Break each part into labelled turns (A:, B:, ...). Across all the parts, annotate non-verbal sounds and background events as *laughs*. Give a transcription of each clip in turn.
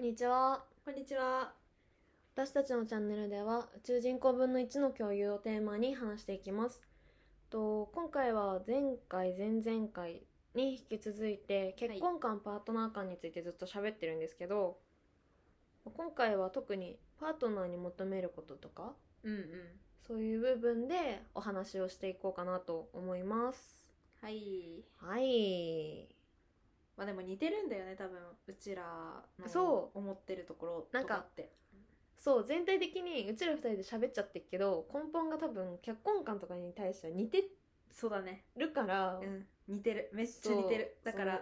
A: にちは
B: こんにちは。
A: 私たちのチャンネルでは宇宙人口分の1の共有をテーマに話していきますと今回は前回前々回に引き続いて結婚観、パートナー観についてずっと喋ってるんですけど今回は特にパートナーに求めることとか
B: うんうん。
A: そういう部分でお話をしていこうかなと思います
B: はい。
A: はい
B: まあでも似てるんだよね、多分。うちらの
A: そう
B: 思ってるところ
A: なん
B: と
A: か
B: かって。
A: そう全体的にうちら二人で喋っちゃってるけど根本が多分結婚観とかに対しては似て
B: そうだね。
A: るから、
B: うん。似てる。めっちゃ
A: そう
B: 似てる。だから、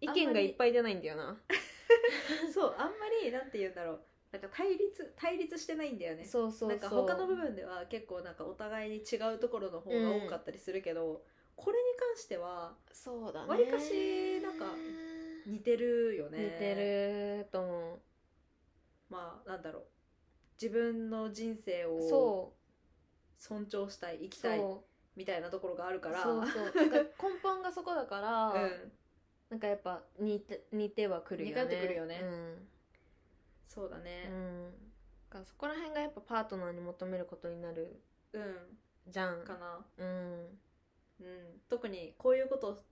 A: 意見がいっぱい出ないんだよな
B: そう、あんまり、なんて言うんだろう。なんか対立、対立してないんだよね。
A: そうそうそう
B: なんか他の部分では結構なんかお互いに違うところの方が多かったりするけど、これに関しては
A: そうだね
B: わりかしなんか似てるよね。
A: 似てると思
B: まあなんだろう。自分の人生
A: う
B: を
A: そ
B: 尊重したい、生
A: う
B: きたい
A: そう
B: みたいなところがあるから
A: そうそうなんか根本がそこだから、
B: *laughs* うん、
A: なんかやっぱ似て似てはくるよね
B: 似通ってくるよね
A: うん
B: そうだ
A: う
B: ね
A: ん、だからそこら辺がやっぱパートナーに求めることになる
B: うん、
A: じゃん
B: かな、
A: うん
B: うん、特にこういうこと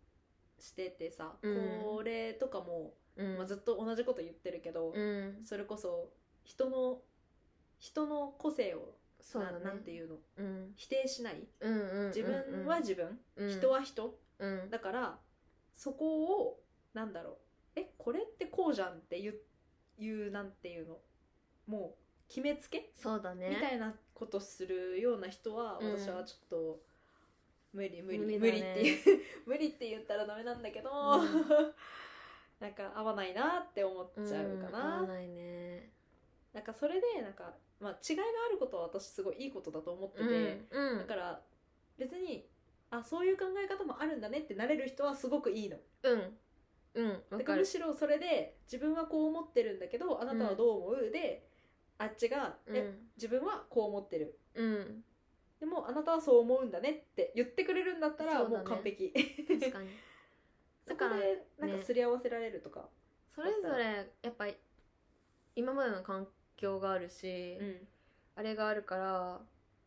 B: しててさ、
A: うん
B: これとかも、
A: うん
B: まあ、ずっと同じこと言ってるけど、
A: うん
B: それこそ人の人の個性を
A: そうだね
B: ななんていうの
A: うん
B: 否定しない
A: うんうんうんうん
B: 自分は自分、
A: うん
B: 人は人
A: うん
B: だからそこをなんだろうえこれってこうじゃんっていういうなんていうのもう決めつけ
A: そうだね
B: みたいなことするような人は
A: うん
B: 私はちょっと無理無理無理,、
A: 無理だね
B: っていう *laughs* 無理って言ったらダメなんだけど、
A: うん
B: *laughs* なんか合わないなって思っちゃうか
A: ん
B: な、
A: 合わないね
B: なんかそれでなんか、まあ、違いがあることは私すごいいいことだと思ってて、
A: うん
B: だから別にあそういう考え方もあるんだねってなれる人はすごくいいの
A: うんうんわ
B: だか
A: から
B: む
A: る
B: しろそれで自分はこう思ってるんだけどあなたはどう思う、であっちが、
A: う
B: え
A: ん
B: 自分はこう思ってる
A: うん
B: でもあなたはそう思うんだねって言ってくれるんだったら
A: そうだ
B: も
A: ね
B: う完璧
A: 確 *laughs* かに
B: *laughs*
A: だ
B: そこ
A: から
B: でなん
A: ね
B: かすり合わせられるとか、
A: それぞれやっぱり今までの環境があるし、あれがあるから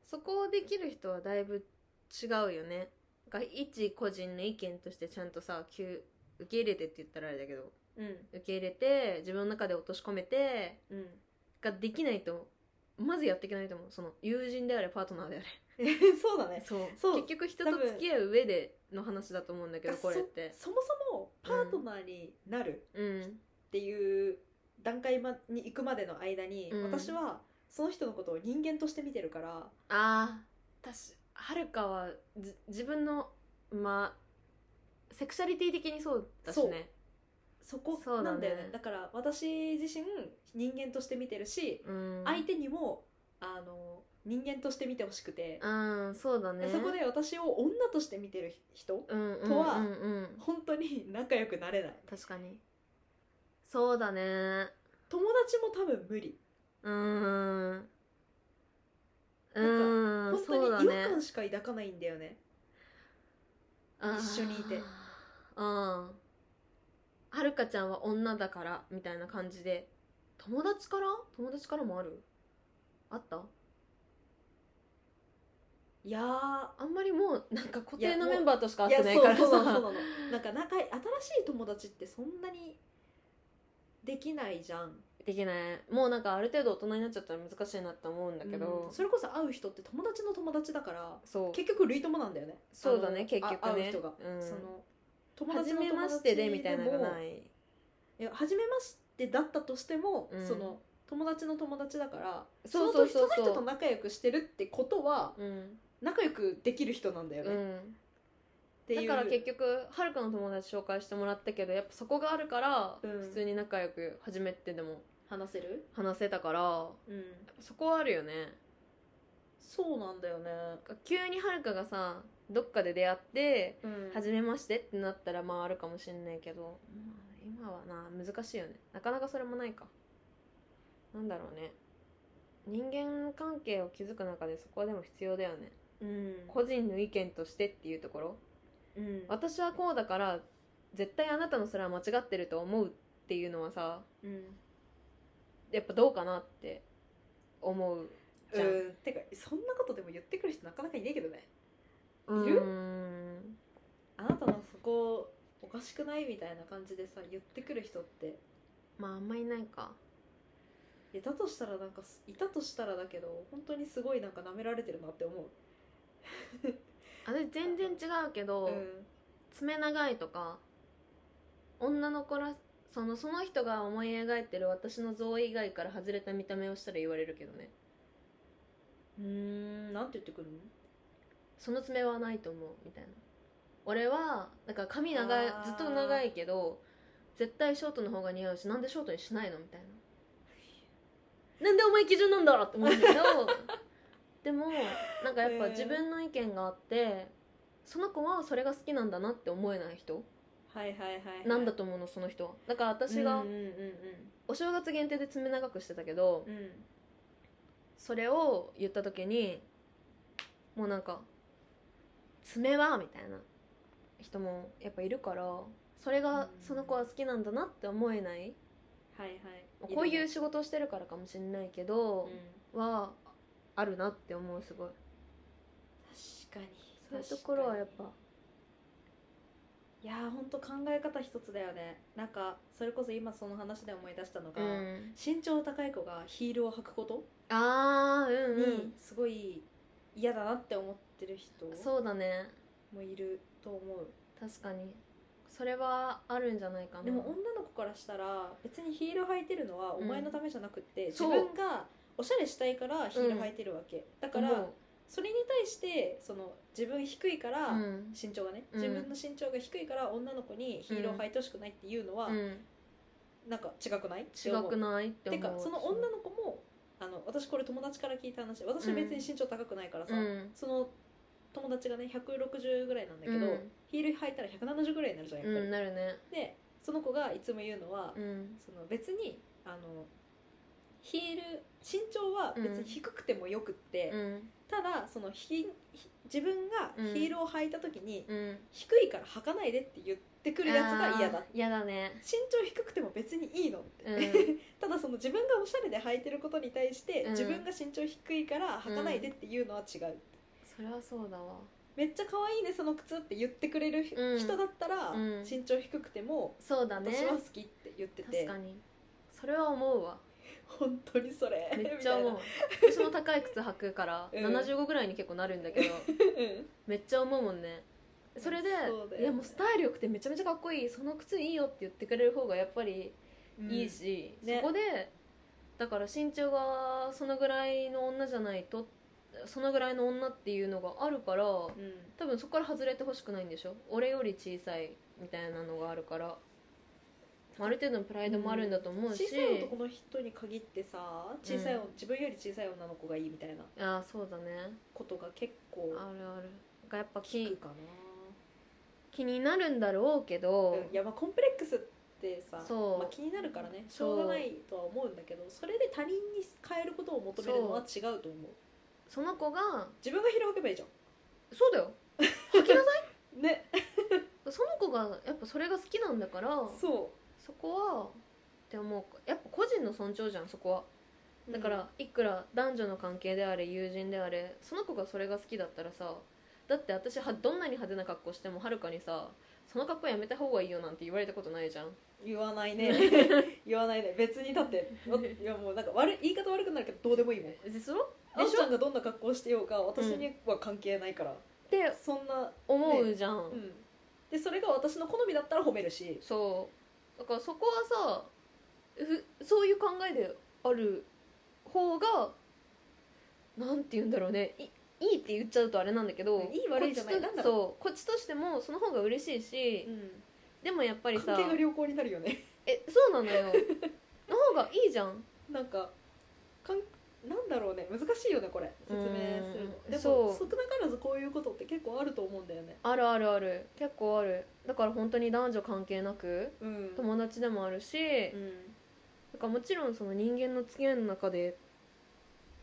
A: そこをできる人はだいぶ違うよねが一個人の意見としてちゃんとさきゅ受け入れてって言ったらあれだけど
B: うん
A: 受け入れて自分の中で落とし込めて
B: うん *laughs*
A: ができないとまずやっていけないと思うその友人であれパートナーであれ
B: そうだね
A: そう
B: そう
A: 結局人と付き合う上での話だと思うんだけど
B: そ
A: これって
B: そもそもパートナーになる
A: うん
B: っていう段階まに行くまでの間に、
A: うん
B: 私はその人のことを人間として見てるから
A: ああ私はるかはじ自分のまあセクシャリティ的にそうだしね
B: そこ
A: そうだ
B: な
A: ね
B: んだよねだから私自身人間として見てるし、
A: うん
B: 相手にもあの人間として見てほしくて、
A: うんそうだね
B: そこで私を女として見てる人
A: うんうん
B: とは
A: うんうん
B: 本当に仲良くなれない
A: 確かにそうだね
B: 友達も多分無理
A: うんう
B: なん
A: ん
B: 本
A: そう
B: 当
A: だ
B: に違和
A: ね
B: 感しか抱かないんだよね一緒にいて
A: あーうんはるかちゃんは女だからみたいな感じで友達から友達からもあるあった
B: いやー
A: あんまりもうなんか固
B: いや
A: 定の
B: もう
A: メンバーとしか
B: い
A: 会っ
B: や
A: てないから
B: そうそうなのそ
A: さ
B: うなのなんか仲いい新しい友達ってそんなにできないじゃん
A: できないもうなんかある程度大人になっちゃったら難しいなって思うんだけど、
B: うんそれこそ会う人って友達の友達だから
A: そう
B: 結局類友なんだよね
A: そうだ
B: あ
A: ね
B: の
A: 結局ね
B: あ会う人が、
A: うん
B: その友
A: 初めましてでみたいなのがないい
B: や初めましてだったとしても、
A: うん
B: その友達の友達だから
A: そうそうそうそう
B: の人と仲良くしてるってことは
A: うん、
B: 仲良くできる人なんだよね、
A: う
B: っ
A: ん、
B: ていう
A: だから結局はるかの友達紹介してもらったけどやっぱそこがあるから、
B: うん
A: 普通に仲良く初めてでも
B: 話せる、
A: 話せたから
B: うん、
A: そこはあるよね
B: そうなんだよね、
A: 急にはるかがさどっかで出会って
B: うん
A: 初めましてってなったらまああるかもしんないけど、まあ今はな難しいよねなかなかそれもないかなんだろうね人間関係を築く中でそこはでも必要だよね
B: うん
A: 個人の意見としてっていうところ
B: うん
A: 私はこうだから絶対あなたのそれは間違ってると思うっていうのはさ
B: うん
A: やっぱどうかなって思うじゃん
B: うんてかそんなことでも言ってくる人なかなかいねえけどね
A: う
B: いる
A: ーん
B: あなたのそこおかしくないみたいな感じでさ言ってくる人って
A: まああんまいないか
B: いたとしたらなんかすいたとしたらだけど本当にすごいなんか舐められてるなって思う
A: 私全然違うけど、
B: うん
A: 爪長いとか女の子らそのその人が思い描いてる私の像以外から外れた見た目をしたら言われるけどね
B: うーんなんて言ってくるの
A: その爪はないと思うみたいな俺はなんか髪長い
B: あー
A: ずっと長いけど絶対ショートの方が似合うしなんでショートにしないのみたいななんでお前基準なんだって思うんだけ
B: *laughs*
A: どでもなんかやっぱ
B: えー
A: 自分の意見があって、その子はそれが好きなんだなって思えない人
B: はいはいはい、はい、
A: なんだと思うのその人はだから私が
B: うんうんうん
A: お正月限定で爪長くしてたけど
B: うんうん
A: それを言った時にもうなんか「爪は?」みたいな人もやっぱいるからそれが
B: うん
A: その子は好きなんだなって思えない、
B: はいはい
A: まあこういう
B: るね
A: 仕事をしてるからかもしれないけど
B: うん、
A: はあるなって思うすごい
B: 確かに
A: そういうところはやっぱ
B: いやーほんと考え方一つだよねなんかそれこそ今その話で思い出したのが、
A: うん
B: 身長高い子がヒールを履くこと
A: ああうん
B: にすごい嫌だなって思ってる人
A: うんそうだね
B: もいると思う
A: 確かにそれはあるんじゃないかな
B: でも女の子からしたら別にヒール履いてるのは
A: う
B: お
A: ん
B: 前のためじゃなくって、自
A: そう
B: 分がおしゃれしたいからヒール履いてるわけ、だから
A: 思
B: それに対してその自分低いから、
A: ううん
B: 身長がね
A: うん
B: 自分の身長が低いから女の子にヒールを履いてほしくないっていうのは、
A: うん
B: なんか違くないって
A: 違
B: 思う
A: くないって思
B: て
A: う
B: かその女の子もあの私これ友達から聞いた話私別に身長高くないからさ、
A: うん
B: その友達がね160ぐらいなんだけど、
A: うん
B: ヒール履いたら170ぐらいになるじゃんやっぱ
A: う
B: り、
A: んなるね
B: でその子がいつも言うのは、
A: うん
B: その別にあのヒール身長は別に低くてもよくって、
A: うん
B: ただそのひひ自分がヒールを履いた時に、
A: うん
B: 低いから履かないでって言ってくるやつが嫌だ
A: あー嫌だね
B: 身長低くても別にいいのって、
A: うん
B: *laughs* ただその自分がおしゃれで履いてることに対して、
A: うん
B: 自分が身長低いから履かないでっていうのは違う、
A: それはそうだわ
B: めっちゃ可愛いねその靴って言ってくれるひ
A: うん
B: 人だったら、
A: うん
B: 身長低くても
A: そうだね
B: 私は好きって言ってて、
A: 確かにそれは思うわ
B: 本当にそれ
A: めっちゃ思う私も高い靴履くから
B: *laughs* うん
A: 75ぐらいに結構なるんだ
B: *laughs*
A: けど
B: みたいなうん
A: めっちゃ思うもんねそれで
B: そうだよね
A: いやもうスタイル良くてめちゃめちゃかっこいいその靴いいよって言ってくれる方がやっぱりいいし、
B: うんね
A: そこでだから身長がそのぐらいの女じゃないとそのぐらいの女っていうのがあるから
B: うん、うん
A: 多分そこから外れてほしくないんでしょ俺より小さいみたいなのがあるからある程度のプライドもあるんだと思うし、
B: 小さい男の人に限ってさ小さい、
A: うん
B: 自分より小さい女の子がいいみたいな
A: ああそうだね
B: ことが結構
A: あるあるなんかやっぱ
B: 聞く
A: 気
B: かな、
A: 気になるんだろうけど、
B: うんいやまあコンプレックスってさ
A: そう
B: まあ、気になるからねし
A: そう
B: ょうがないとは思うんだけどそれで他人に変えることを求めるのは違うと思う
A: その子が
B: 自分が広げばいいじゃ
A: そうだよ
B: んね
A: その子がやっぱそれが好きなんだから
B: そ
A: そこはって思うやっぱ個人の尊重じゃんそこは
B: う
A: だから、いくら男女の関係であれ友人であれその子がそれが好きだったらさだって私はどんなに派手な格好してもはるかにさその格好やめた方がいいよなんて言われたことないじゃん
B: 言わないね *laughs* 言わないね別に
A: *laughs*
B: だっておいやもうなんか悪い言い方悪くなるけどどうでもいいもん
A: でしょ
B: あんちゃんがどんな格好をしてようが私には関係ないから、
A: って
B: そんな
A: 思うじゃん、
B: うんでそれが私の好みだったら褒めるし
A: そうだからそこはさふそういう考えである方がなんて言うんだろうねいいいって言っちゃうとあれなんだけど
B: いい悪いじゃない
A: こっちと
B: なんだろう
A: そうこっちとしてもその方が嬉しいし、でもやっぱり
B: 関
A: さ
B: 係が良好になるよね
A: えそうなのよの方がいいじゃん
B: なんかかんなんだろうね難しいよねこれ説明する
A: うん
B: のでも
A: そう
B: 少なからずこういうことって結構あると思うんだよね
A: あるあるある結構あるだから本当に男女関係なく
B: うん
A: 友達でもあるし、
B: うん
A: だからもちろんその人間の付き合いの中でっ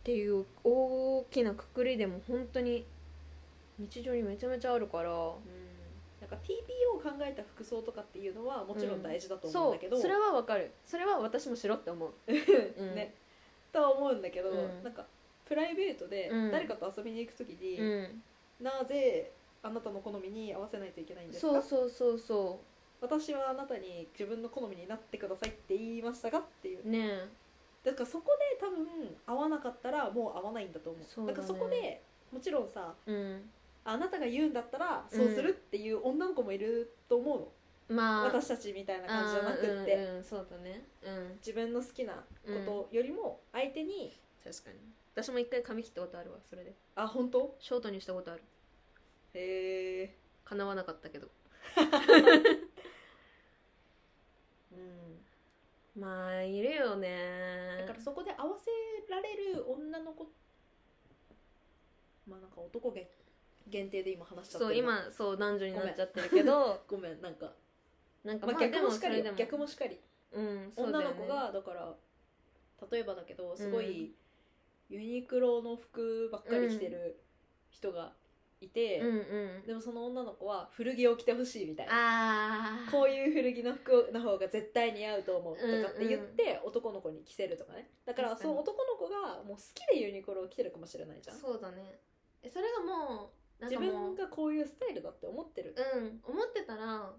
A: ていう大きなくくりでも本当に日常にめちゃめちゃあるから
B: うんなんか TPO を考えた服装とかっていうのはもちろん大事だと思うん
A: そ
B: だけど、
A: うそれはわかるそれは私もしろって思ううん
B: ね、とは思うんだけど、
A: うん
B: なんかプライベートで
A: うん
B: 誰かと遊びに行く時に、
A: うん
B: なぜあなたの好みに合わせないといけないんです
A: そ
B: か
A: うそうそうそ
B: 私はあなたに自分の好みになってくださいって言いましたかっていう
A: うねえ
B: だからそこで多分合わなかったらもう合わないんだと思う
A: そうだ
B: だ
A: ね
B: からそこでもちろんさ
A: うん
B: あなたが言うんだったらそうするっていう女の子もいると思うの、
A: まあ
B: 私たちみたいな感じじゃなく
A: あ
B: って、
A: ーうんうんそうだねうん
B: 自分の好きなことよりも相手に、
A: 確かに私も一回髪切ったことあるわそれで
B: あ本当
A: ショートにしたことある
B: へえ
A: 叶わなかったけど
B: うん
A: まあいるよね
B: だからそこで合わせられる女の子まあなんか男限限定で今話しちゃって
A: そう
B: るな
A: 今そう男女になっちゃってるけど
B: ごめんなんか、
A: なんか
B: ま
A: ま
B: あ、
A: あ
B: 逆
A: で
B: も
A: も
B: し
A: そ
B: かり
A: れ
B: よ
A: でも
B: 逆もしかり
A: うんそうだ
B: 女
A: よ
B: の
A: ね
B: 子がだから例えばだけどすごいユニクロの服ばっかり着てる人がいて、
A: うんうん
B: でもその女の子は古着を着てほしいみたいな
A: ああ
B: こういう古着の服の方が絶対似合うと思うとかって言っ
A: うん
B: て男の子に着せるとかねだから
A: 確か
B: そ
A: に
B: の男の子がもう好きでユニクロを着てるかもしれないじゃん
A: そうだねえそれがもうなん
B: 自
A: かも
B: 分
A: う
B: がこういうスタイルだって思ってる
A: うん思ってたら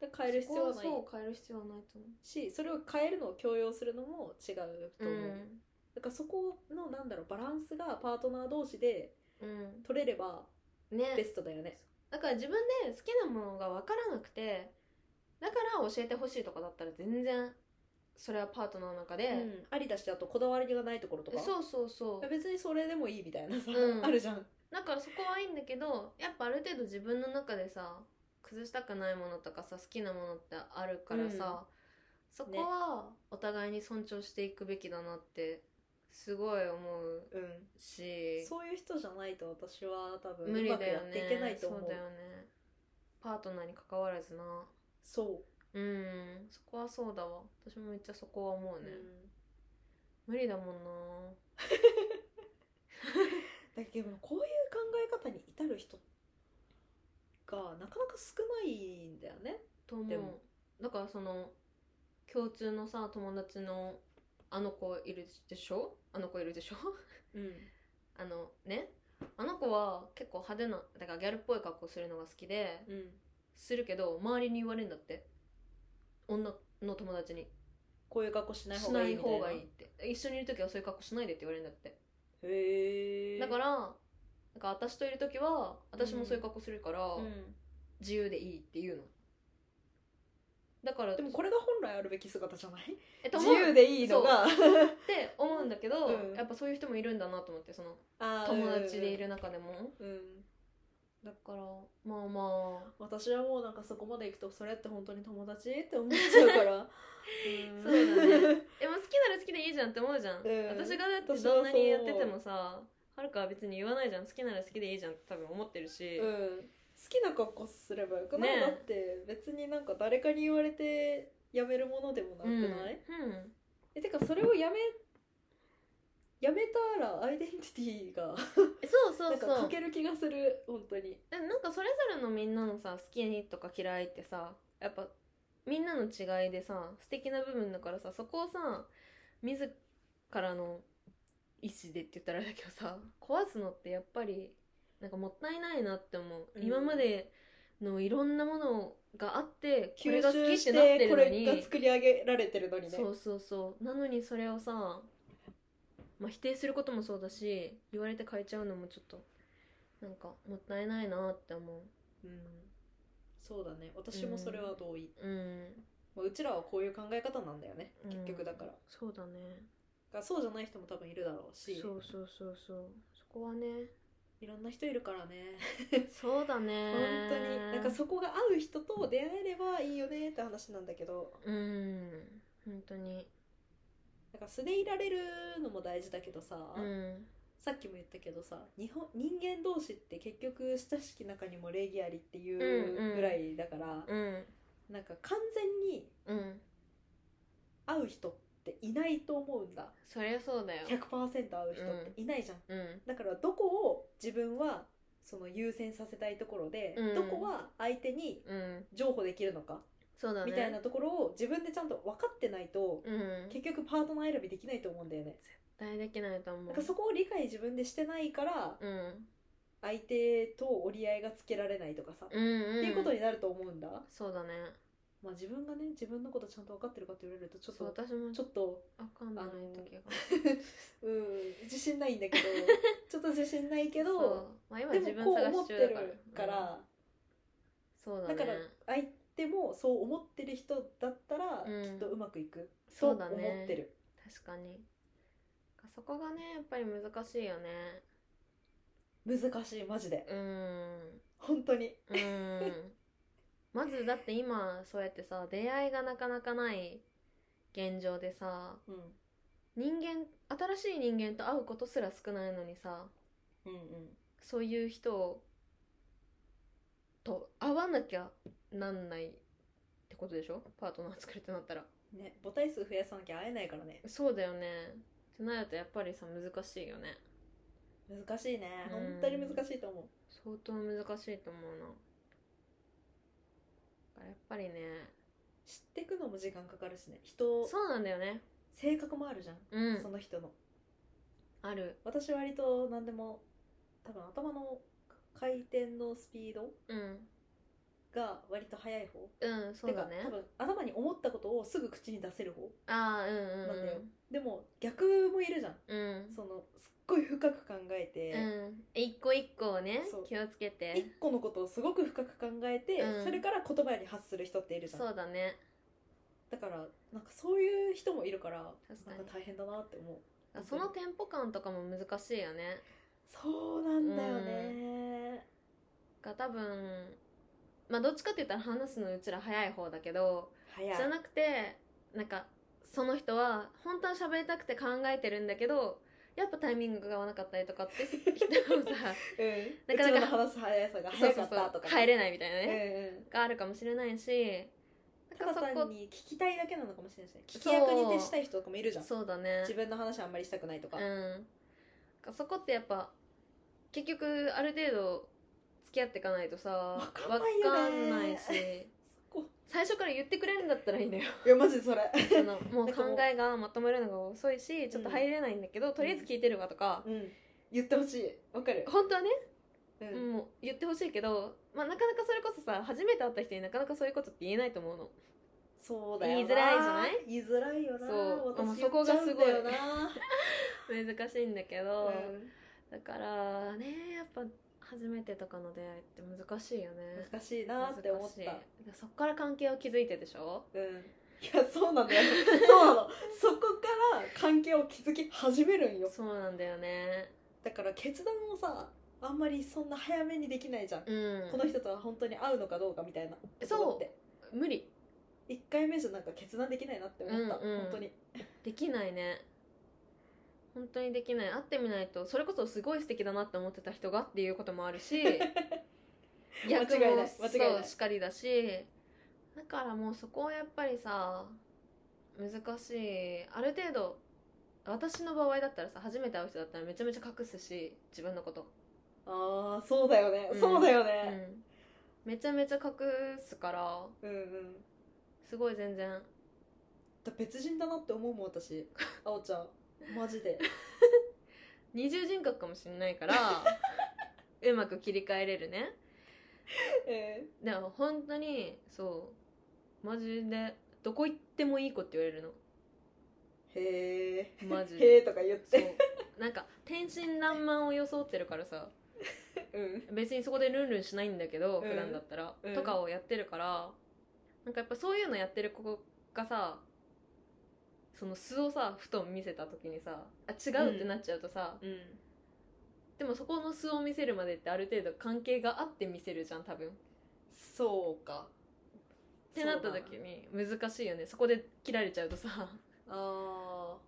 B: で変える必要はない
A: そこをそう変える必要はないと思
B: しそれを変えるのを強要するのも違う
A: う
B: と思う、
A: ん
B: だからそこのなんだろうバランスがパートナー同士で
A: うん
B: 取れればベ
A: ね
B: ストだよね
A: だから自分で好きなものが分からなくてだから教えてほしいとかだったら全然それはパートナーの中
B: う
A: で、
B: んありだしあとこだわりがないところとか
A: そうそうそう
B: 別にそれでもいいみたいなさ、
A: うん
B: あるじゃん
A: だからそこはいいんだけどやっぱある程度自分の中でさ崩したくないものとかさ好きなものってあるからさ、そこはお互いに尊重していくべきだなってすごい思う
B: うん
A: し
B: そういう人じゃないと私は多分
A: 無理
B: うまく
A: だ
B: や
A: よ
B: っていけな
A: ね
B: いと
A: そ
B: 思
A: う
B: う
A: だよねパートナーに関わらずな
B: そう
A: うんそこはそうだわ私もめっちゃそこは思うね、
B: うん
A: 無理だもんな
B: だけどこういう考え方に至る人がなかなか少ないんだよね
A: と思
B: でも
A: うだからその共通のさ友達のあの子いるでしょあの子いるでしょ *laughs*
B: うん
A: あのねあの子は結構派手なだからギャルっぽい格好するのが好きで
B: うん
A: するけど周りに言われるんだって女の友達に
B: こういう格好しない
A: し
B: 方
A: な
B: がいい
A: い
B: みたい
A: 方
B: な
A: がいいって一緒にいる時はそういう格好しないでって言われるんだって
B: へえ
A: だからなんか私といる時は私もそういう格好するから、
B: うん
A: 自由でいいって言うのだから
B: でもこれが本来あるべき姿じゃない
A: えっと
B: 自
A: 思う
B: 由でいいのが *laughs*
A: って思うんだけど、
B: うん
A: やっぱそういう人もいるんだなと思ってその
B: あー
A: 友達でいる中でも、
B: うん、うん
A: だからまあまあ
B: 私はもうなんかそこまで行くとそれって本当に友達って思っちゃうから
A: *laughs*
B: うん
A: そうだねでも好きなら好きでいいじゃんって思うじゃん、
B: うん
A: 私がだっ
B: 私
A: て
B: は
A: どんなにやっててもさはるかは別に言わないじゃん好きなら好きでいいじゃんって多分思ってるし、
B: うん、好きな格好すればよくない、
A: ねえ
B: だって別になんか誰かに言われてやめるものでもなく
A: うん
B: ない、えてかそれをやめやめたらアイデンティティが
A: そうそ
B: な
A: うん
B: か
A: そう
B: 欠ける気がする本当に
A: でもなんかそれぞれのみんなのさ好きとか嫌いってさやっぱみんなの違いでさ素敵な部分だからさそこをさ自らの意思でって言ったらあれだけどさ壊すのってやっぱりなんかもったいないなって思う、
B: うん
A: 今までのいろんなものがあってこれ
B: 吸
A: が好き
B: 収
A: っ
B: して
A: てなって
B: こ
A: るの
B: れ
A: に
B: が作り上げられてるのにね
A: そうそうそうなのにそれをさ、まあ、否定することもそうだし言われて変えちゃうのもちょっとなんかもったいないなって思う。
B: うん、そうだね私もそれは同意、
A: うん
B: まあ、うちらはこういう考え方なんだよね
A: うん
B: 結局だから,、
A: そうだね
B: そうじゃない人も多分いるだろうし
A: そうそうそうそうそこ
B: *laughs*
A: はね
B: いろんな人いるからね
A: そうだね
B: 本当になんかそこが合う人と出会えればいいよねって話なんだけど
A: うん本当に
B: なんか素でいられるのも大事だけどさ、
A: うん
B: さっきも言ったけどさ日本人間同士って結局親しき中にも礼儀ありって
A: うん
B: いううんぐらいだから、
A: うん
B: なんか完全に
A: うん
B: 合う人っていないと思うんだ
A: そりゃそうだよ
B: 100%合う人っていないじゃん、
A: うん
B: だからどこを自分はその優先させたいところで、
A: うん
B: どこは相手に
A: うん
B: 譲歩できるのか
A: そうだね
B: みたいなところを自分でちゃんと分かってないと、
A: うん絶
B: 結局パートナー選びできないと思うんだよね。
A: 対できないと思
B: な
A: うん
B: かそこを理解自分でしてないから
A: うん
B: 相手と折り合いがつけられないとかさ、っ
A: うんうん
B: ていうことになると思うんだ。
A: そうだね
B: まあ自分がね自分のことちゃんと分かってるかって言われるとちょっ
A: そう
B: と
A: 私も
B: ちょっと
A: わかんない時が
B: うん自信ないん
A: *laughs*
B: だけどちょっと自信ないけ
A: そう
B: ど
A: まあ今
B: で
A: 自
B: も
A: 分
B: こう
A: 探
B: 思っ
A: して中だ
B: る
A: から
B: から。
A: そうだ
B: だ
A: ね
B: から相手もそう思ってる人だったら、
A: うん
B: きっとうまくいくと
A: そ
B: 思
A: うだね
B: ってる
A: 確かにそこがねやっぱり難しいよね
B: 難しいマジで
A: うん
B: 本当に
A: うんまずだって今そうやってさ出会いがなかなかない現状でさ
B: うん
A: 人間新しい人間と会うことすら少ないのにさ
B: うん
A: そういう人をと会わなきゃなんないってことでしょパートナー作るってなったら
B: うんね母体数増やさなきゃ会えないからね
A: そうだよねってなるとやっぱりさ難しいよね
B: 難しいね
A: う
B: 本
A: ん
B: 当に難しいと思う
A: 相当難しいと思うなだからやっぱりね
B: 知ってくのも時間かかるしね人
A: そうなんだよね
B: 性格もあるじゃん、
A: うん
B: その人の
A: ある
B: 私割と何でも多分頭の回転のスピード
A: うん
B: が割と速い方
A: うんそうだ
B: て
A: ね
B: か多分頭に思ったことをすぐ口に出せる方
A: ああうん
B: なんだよでも逆もいるじゃん
A: うんうん
B: そのすっごい深く考えて、
A: うん一個一個をね
B: そう
A: 気をつけ
B: 一
A: て
B: 個のことをすごく深く考えて、
A: うん
B: それから言葉に発する人っているじゃん
A: そうだね
B: だからなんかそういう人もいるから
A: 確か
B: な
A: に
B: んか大変だなって思う
A: そのテンポ感とかも難しいよね
B: そうなんだよね
A: が多分まあどっちかって言ったら話すのうちら早い方だけど
B: 早い
A: じゃなくてなんかその人は本当は喋りたくて考えてるんだけどやっぱタイミングが合わなかったりとかって人もさ
B: うん、
A: なかなか
B: うちの話す速さが
A: そうそ
B: *laughs* 早か
A: う
B: っ
A: そ
B: た
A: う
B: とか
A: 帰れないみたいな
B: うん
A: ね、
B: うん
A: があるかもしれないし
B: た
A: なん
B: だ
A: かそ
B: 単
A: こ
B: に聞きたいだけなのかもしれないしね聞き役に徹したい人とかもいるじゃん
A: そうだね
B: 自分の話あんまりしたくないとか、
A: うん、かそこってやっぱ結局ある程度付き合っていかないとさわ
B: わかんないよね
A: かんないし
B: こ
A: 最初から言ってくれるんだったらいい
B: *laughs*
A: のよ
B: いやマジでそれ
A: そのもう
B: なん
A: 考
B: かもう
A: えがまとめるのが遅いしちょっと入れないんだけど、とりあえず聞いてるわとか、
B: うん言ってほしいわかる
A: 本当はね、
B: うん、
A: もう言ってほしいけど、まあ、なかなかそれこそさ初めて会った人になかなかそういうことって言えないと思うの
B: そうだよな
A: 言いづらいじゃない
B: 言いづらいよな
A: そう
B: 私
A: もうそ
B: 言っちゃ
A: こがすごい
B: うんだよな
A: 難しいんだけど、
B: う
A: だからねやっぱ初めてとかの出会いって難しいよね
B: ん難しいなって思った
A: 難しいそっから関係を築いてでしょ
B: うんいやそうなんだ
A: *laughs*
B: よそうなのそこから関係を築き始めるんよ
A: そうなんだよね
B: だから決断をさあんまりそんな早めにできないじゃん、
A: うん
B: この人とは本当に合うのかどうかみたいな
A: そう
B: って
A: 無理
B: 1回目じゃなんか決断できないなって思った、
A: うんうん
B: 本当に
A: できないね本当にできない会ってみないとそれこそすごい素敵だなって思ってた人がっていうこともある *laughs* し逆も
B: 間違いない間違いない
A: そうしかりだしだからもうそこはやっぱりさ難しいある程度私の場合だったらさ初めて会う人だったらめちゃめちゃ隠すし自分のこと
B: ああそうだよね、
A: うん
B: そうだよ
A: う
B: ね、
A: んめちゃめちゃ隠すから
B: うん、うん
A: すごい全然
B: だ別人だなって思うもん
A: *laughs*
B: 私あおちゃんマジで
A: 二重人格かもしれないから
B: *laughs*
A: うまく切り替えれるね
B: え
A: でも本当にそうマジでどこ行ってもいい子って言われるの
B: ーへえ
A: マジ
B: へ
A: で
B: えとか言っ
A: そ
B: て
A: うなんか天真爛漫を装ってるからさ
B: うん
A: 別にそこでルンルンしないんだけど、
B: うん
A: 普段だったら、
B: うん
A: とかをやってるからなんかやっぱそういうのやってる子がさその素をさふと見せた時にさあ違うってなっちゃうとさ、
B: うん
A: でもそこの素を見せるまでってある程度関係があって見せるじゃん多分っ
B: そうかって
A: なった時に難しいよねそこで切られちゃうとさ
B: ああ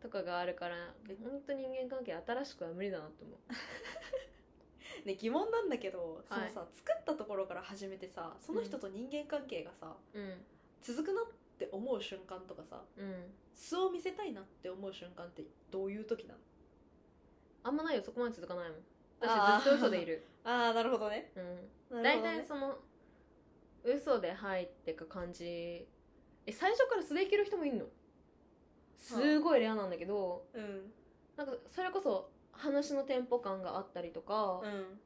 A: とかがあるから本当人間関係新しくは無理だなと思う
B: ね疑問なんだけど、
A: はい
B: そのさ作ったところから始めてさその人と人間関係がさ、
A: うん
B: 続くなって思う瞬間とかさ
A: うん
B: 素を見せたいなって思う瞬間ってどういう時なの
A: あんまないよそこまで続かないもん
B: あー
A: 私ずっと嘘でいる
B: ああなるほどね
A: うん
B: なる
A: 大
B: ほどね
A: 体その嘘で「はい」ってか感じえ最初から素でいける人もいるのすごいレアなんだけど、
B: うん
A: なんかそれこそ話のテンポ感があったりとか、
B: うん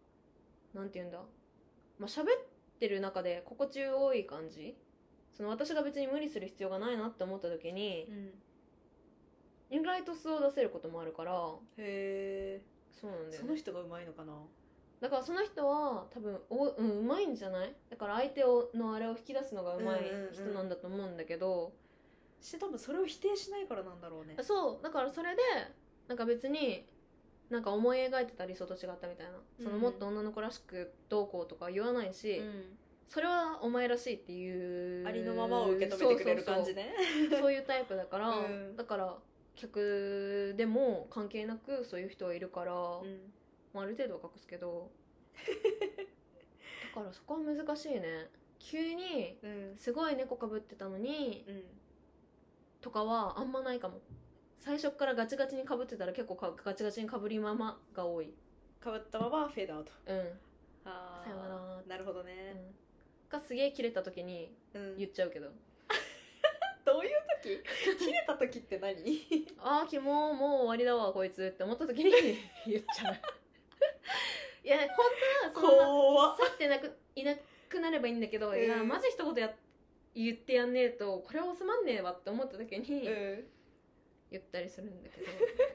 A: なんて言うんだまあ喋ってる中で心地よい感じその私が別に無理する必要がないなって思った時に、
B: うん
A: 意外と素を出せることもあるから
B: へえ
A: そうなんだよ
B: その
A: ね
B: 人がうまいのかな
A: だからその人は多分お、うん、うまいんじゃないだから相手をのあれを引き出すのがうまい人なんだと思うんだけど、
B: して多分それを否定しないからなんだろうね
A: そうだからそれでなんか別になんか思い描いてた理想と違ったみたいな、その
B: うん
A: もっと女の子らしくどうこうとか言わないし、
B: う
A: それはお前らしいっていうん
B: ありのままを受け止めてくれる感じ
A: ねそ
B: ね *laughs*
A: うそうそうそういうタイプだから、
B: うん
A: だから客でも関係なくそういう人はいるから、
B: うん
A: まあ、ある程度は隠すけ
B: *laughs*
A: どだからそこは難しいね急に
B: うん
A: すごい猫かぶってたのに
B: うん
A: とかはあんまないかも最初からガチガチにかぶってたら結構かガチガチにかぶりままが多い
B: かぶったままフェードアウト
A: うん、う
B: あー
A: さよなら
B: なるほど
A: ん
B: ね、
A: がすげえキレた時に
B: うん
A: 言っちゃうけど、
B: どういう時 *laughs* 切れた時って
A: *laughs*
B: 何
A: ああキモーもう終わりだわこいつって思った時に *laughs* 言っちゃう *laughs* いや本当はそんな
B: 怖っ
A: 去ってなくいなくなればいいんだけど、
B: うん
A: いやマジ一言や言ってやんねえとこれは収まんねえわって思った時に
B: うん
A: 言ったりするんだけど、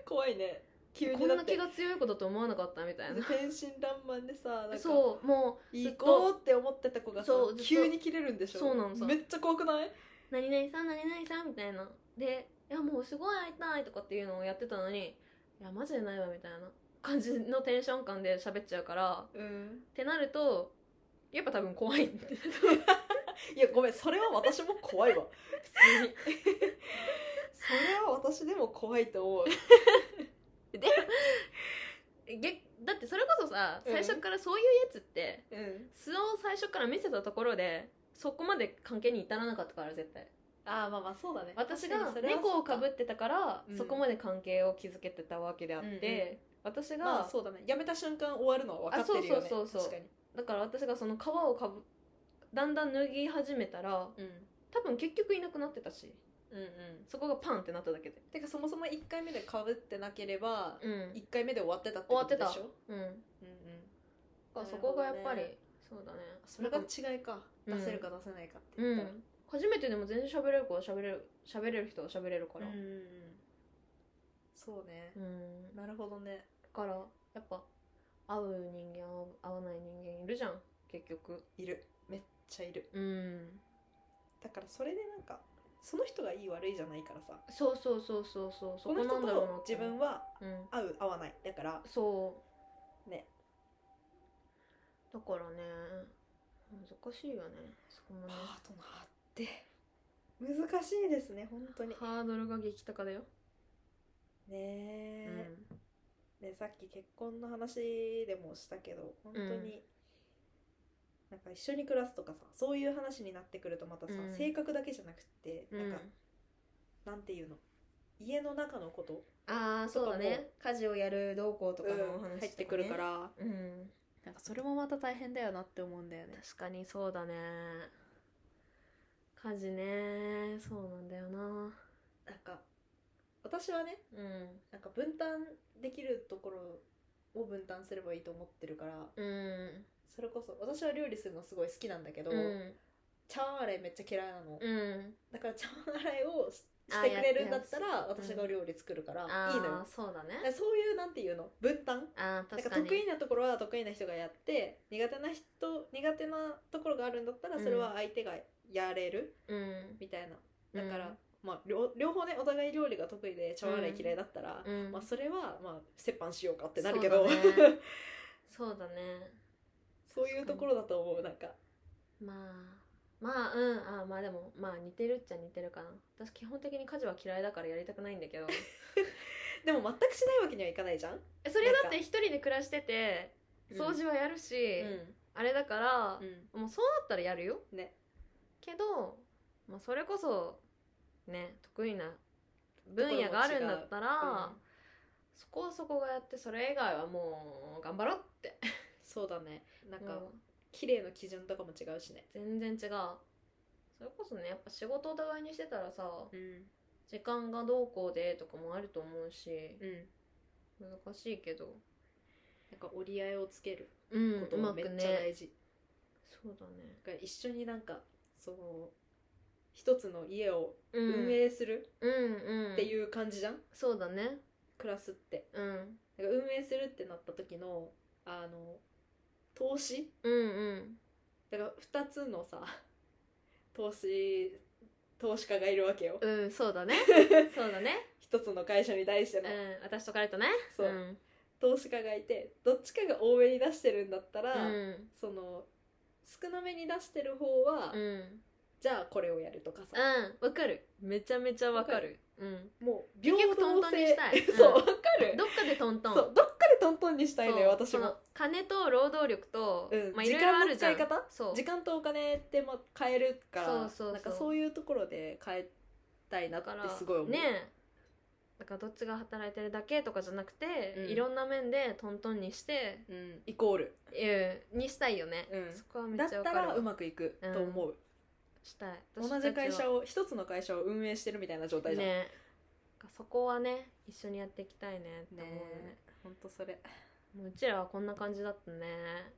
B: 怖いね *laughs* 急
A: こ
B: に
A: ん
B: だ
A: な
B: って
A: 気が強い子だと思わなかったみたいな
B: 天真爛漫でさなんか
A: そうもう
B: 行こうって思ってた子がさ
A: そうずっと
B: 急に切れるんでしょ
A: そうなのさ
B: めっちゃ怖くない
A: 何々さん何々さんみたいなで「いやもうすごい会いたい」とかっていうのをやってたのに「いやマジでないわ」みたいな感じのテンション感で喋っちゃうから
B: うん
A: ってなるとやっぱ多分怖いんだけど
B: いやごめんそれは私も怖
A: *laughs*
B: いわ普通にそれは私でも怖いと思う
A: げだってそれこそさ
B: うん
A: 最初からそういうやつって、
B: うん
A: 素を最初から見せたところでそこまで関係に至らなかったから絶対
B: ああまあまあそうだね
A: 私が猫をかぶってたから
B: うん
A: そこまで関係を築けてたわけであって、私が、
B: まあそうだねやめた瞬間終わるのは分かってるよね
A: あそうそうそうそう
B: 確か
A: だから私がその皮をかぶだんだん脱ぎ始めたら
B: に
A: 多分結局いなくなってたし
B: うんうん
A: そこがパンってなっただけで
B: てかそもそも1回目でかぶってなければ
A: うん、
B: 1回目で終わってたってことでしょ
A: 終うん、
B: うんうん
A: だからそこがやっぱり、
B: なる
A: そうだね
B: それが
A: なんか
B: 違いか
A: うん
B: 出せるか出せないかっ
A: う
B: て言ったら
A: ん初めてでも全然喋れる子は喋れる喋れる人は喋れるから
B: うんうんうんそうね
A: うん、だ
B: なるほどね
A: からやっぱ会う人間会わない人間いるじゃん結局
B: いるめっちゃいる
A: うん
B: だからそれでなんかその人がいい悪いじゃないからさ
A: そうそうそうそうそうそ
B: こ
A: こ
B: の
A: な
B: 人
A: んだろうなっ
B: と
A: て
B: 自分は
A: うん
B: 合う合わないだから
A: そう
B: ね
A: だからね難しいよねそこもね
B: パートナーって難しいですね本当にね
A: ハードルが激高だよ、
B: え、
A: う
B: ね、さっき結婚の話でもしたけど本当に、
A: うん
B: なんか一緒に暮らすとかさそういう話になってくるとまたさ、
A: うん
B: 性格だけじゃなくって
A: ん、
B: なんか、なんていうの家の中のこと
A: ああそうだ
B: とか
A: ね家事をやるどうこうとかのお話とか、ね
B: 入ってくるから
A: うん
B: なんかそれもまた大変だよなって思うんだよね
A: 確かにそうだね家事ねそうなんだよな
B: なんか私はね
A: うん
B: なんか分担できるところを分担すればいいと思ってるから
A: うん
B: それこそ私は料理するのすごい好きなんだけど、
A: うん
B: 茶碗洗いめっちゃ嫌いなの、
A: うん
B: だから茶碗洗いをし
A: あ
B: してくれるんだったら
A: てほしい
B: 私がお料理作るから
A: ああ
B: いいのよ、
A: そうだ
B: だから
A: ね
B: そういうなんていうの分担
A: ああ
B: なん
A: 確
B: か
A: かに
B: 得意なところは得意な人がやって苦手な人苦手なところがあるんだったら
A: うん
B: それは相手がやれる
A: うん
B: みたいな、だから、まあ両両方ねお互い料理が得意で茶碗洗い嫌いだったら、
A: うん
B: まあ、それはまあ折半しようかってなるけど
A: そう
B: そう,、
A: だ
B: *laughs*
A: ねそうだね
B: いうところだと思うなんか
A: まあまあうんあーまあでもまあ似てるっちゃ似てるかな私基本的に家事は嫌いだからやりたくないんだけど
B: でも全くしないわけにはいかないじゃん、う
A: えそれだって一人で暮らしてて
B: うん
A: 掃除はやるし、あれだから、
B: ん
A: もうそうなったらやるよ
B: ね
A: けど、まあ、それこそね得意な分野があるんだったら、
B: うん
A: そこはそこがやってそれ以外はもう頑張ろうって
B: そうだねなん
A: う
B: か
A: ん
B: 綺麗の基準とかも違うしね
A: 全然違うそれこそねやっぱ仕事お互いにしてたらさ
B: うん
A: 時間がどうこうでとかもあると思うし
B: うん
A: 難しいけど
B: なんか折り合いをつける
A: うん
B: こ
A: う
B: と
A: ま
B: がめ
A: く
B: っちゃ
A: ね
B: 大事、
A: そうだね
B: だから一緒になんかその一つの家を
A: うん
B: 運営する
A: うんうん
B: って
A: う
B: いう感じじゃん、
A: そうだね
B: 暮らすって
A: うん
B: だから運営するってなった時のあの投資
A: うんうん
B: だから2つのさ *laughs* 投資投資家がいるわけよ
A: うんそうだねそうだね
B: 一つの会社に対して
A: う
B: の、
A: ん私と彼とね
B: そう、
A: ん
B: 投資家がいてどっちかが多めに出してるんだったら、
A: うん
B: その少なめに出してる方は、
A: うんうん
B: じゃあこれをやるとかさ、
A: わかるめちゃめちゃわかるうん
B: もう平
A: 結局トン
B: 等
A: トンに
B: 性
A: したい
B: *laughs* そう
A: うん
B: わかる
A: どっかでトントン
B: そうどっかでトントンにしたいのよ
A: そう
B: 私
A: その
B: も
A: 金と労働力と、
B: うん
A: まあい
B: 時
A: ろいろ
B: 間
A: あ
B: の
A: るじゃん
B: 使い方
A: そう
B: 時間とお金ってまあ変えるから
A: そうそうそう
B: なんかそういうところで変えたいな
A: だ
B: って
A: から
B: すごい思う
A: ねえだからどっちが働いてるだけとかじゃなくて、
B: うん
A: いろんな面でトントンにして、
B: うん、イコール
A: うん、にしたいよね、
B: うん
A: そこはめ
B: だ
A: っ
B: っ
A: ちゃわ
B: た
A: かる
B: ら
A: わ
B: うまくいくと思う、
A: したい
B: 同じ会社
A: を
B: を一つの会社を運営してるみたいな状態じゃん、
A: ねえそこはね一緒にやっていきたいねって思うよね
B: ねほんとそれ
A: もううちらはこんな感じだったね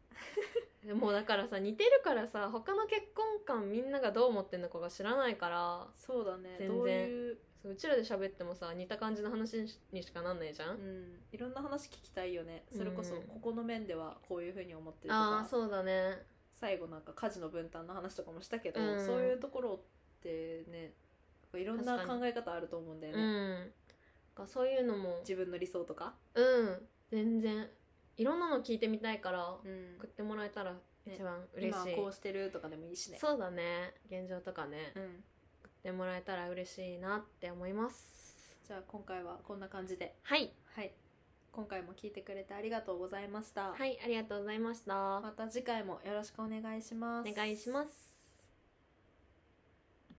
A: で *laughs* もうだからさ似てるからさ他の結婚観みんながどう思ってんのかが知らないから
B: そうだね
A: 全然
B: どういう、
A: そううちらで喋ってもさ似た感じの話にしかなんないじゃん、
B: うん、いろんな話聞きたいよねそれこそ
A: うん
B: ここの面ではこういうふうに思ってると
A: ああ
B: か
A: そうだね
B: 最後なんか家事の分担の話とかもしたけど、
A: うん
B: そういうところってねいろんな
A: 確か
B: 考
A: に
B: え方あると思うんだよ
A: う
B: ね、
A: んかそういうのも
B: 自分の理想とか、
A: うん全然いろんなの聞いてみたいから
B: うん
A: 送ってもらえたら一番嬉
B: 今
A: し、
B: はいこうしてるとかでもいいしね
A: そうだね現状とかね、送っ
B: ん、
A: てもらえたら嬉しいなって思います
B: じゃあ今回はこんな感じで
A: はい
B: はい今回も聞いてくれてありがとうございました、
A: はいありがとうございました
B: また次回もよろしくお願いします
A: お願いします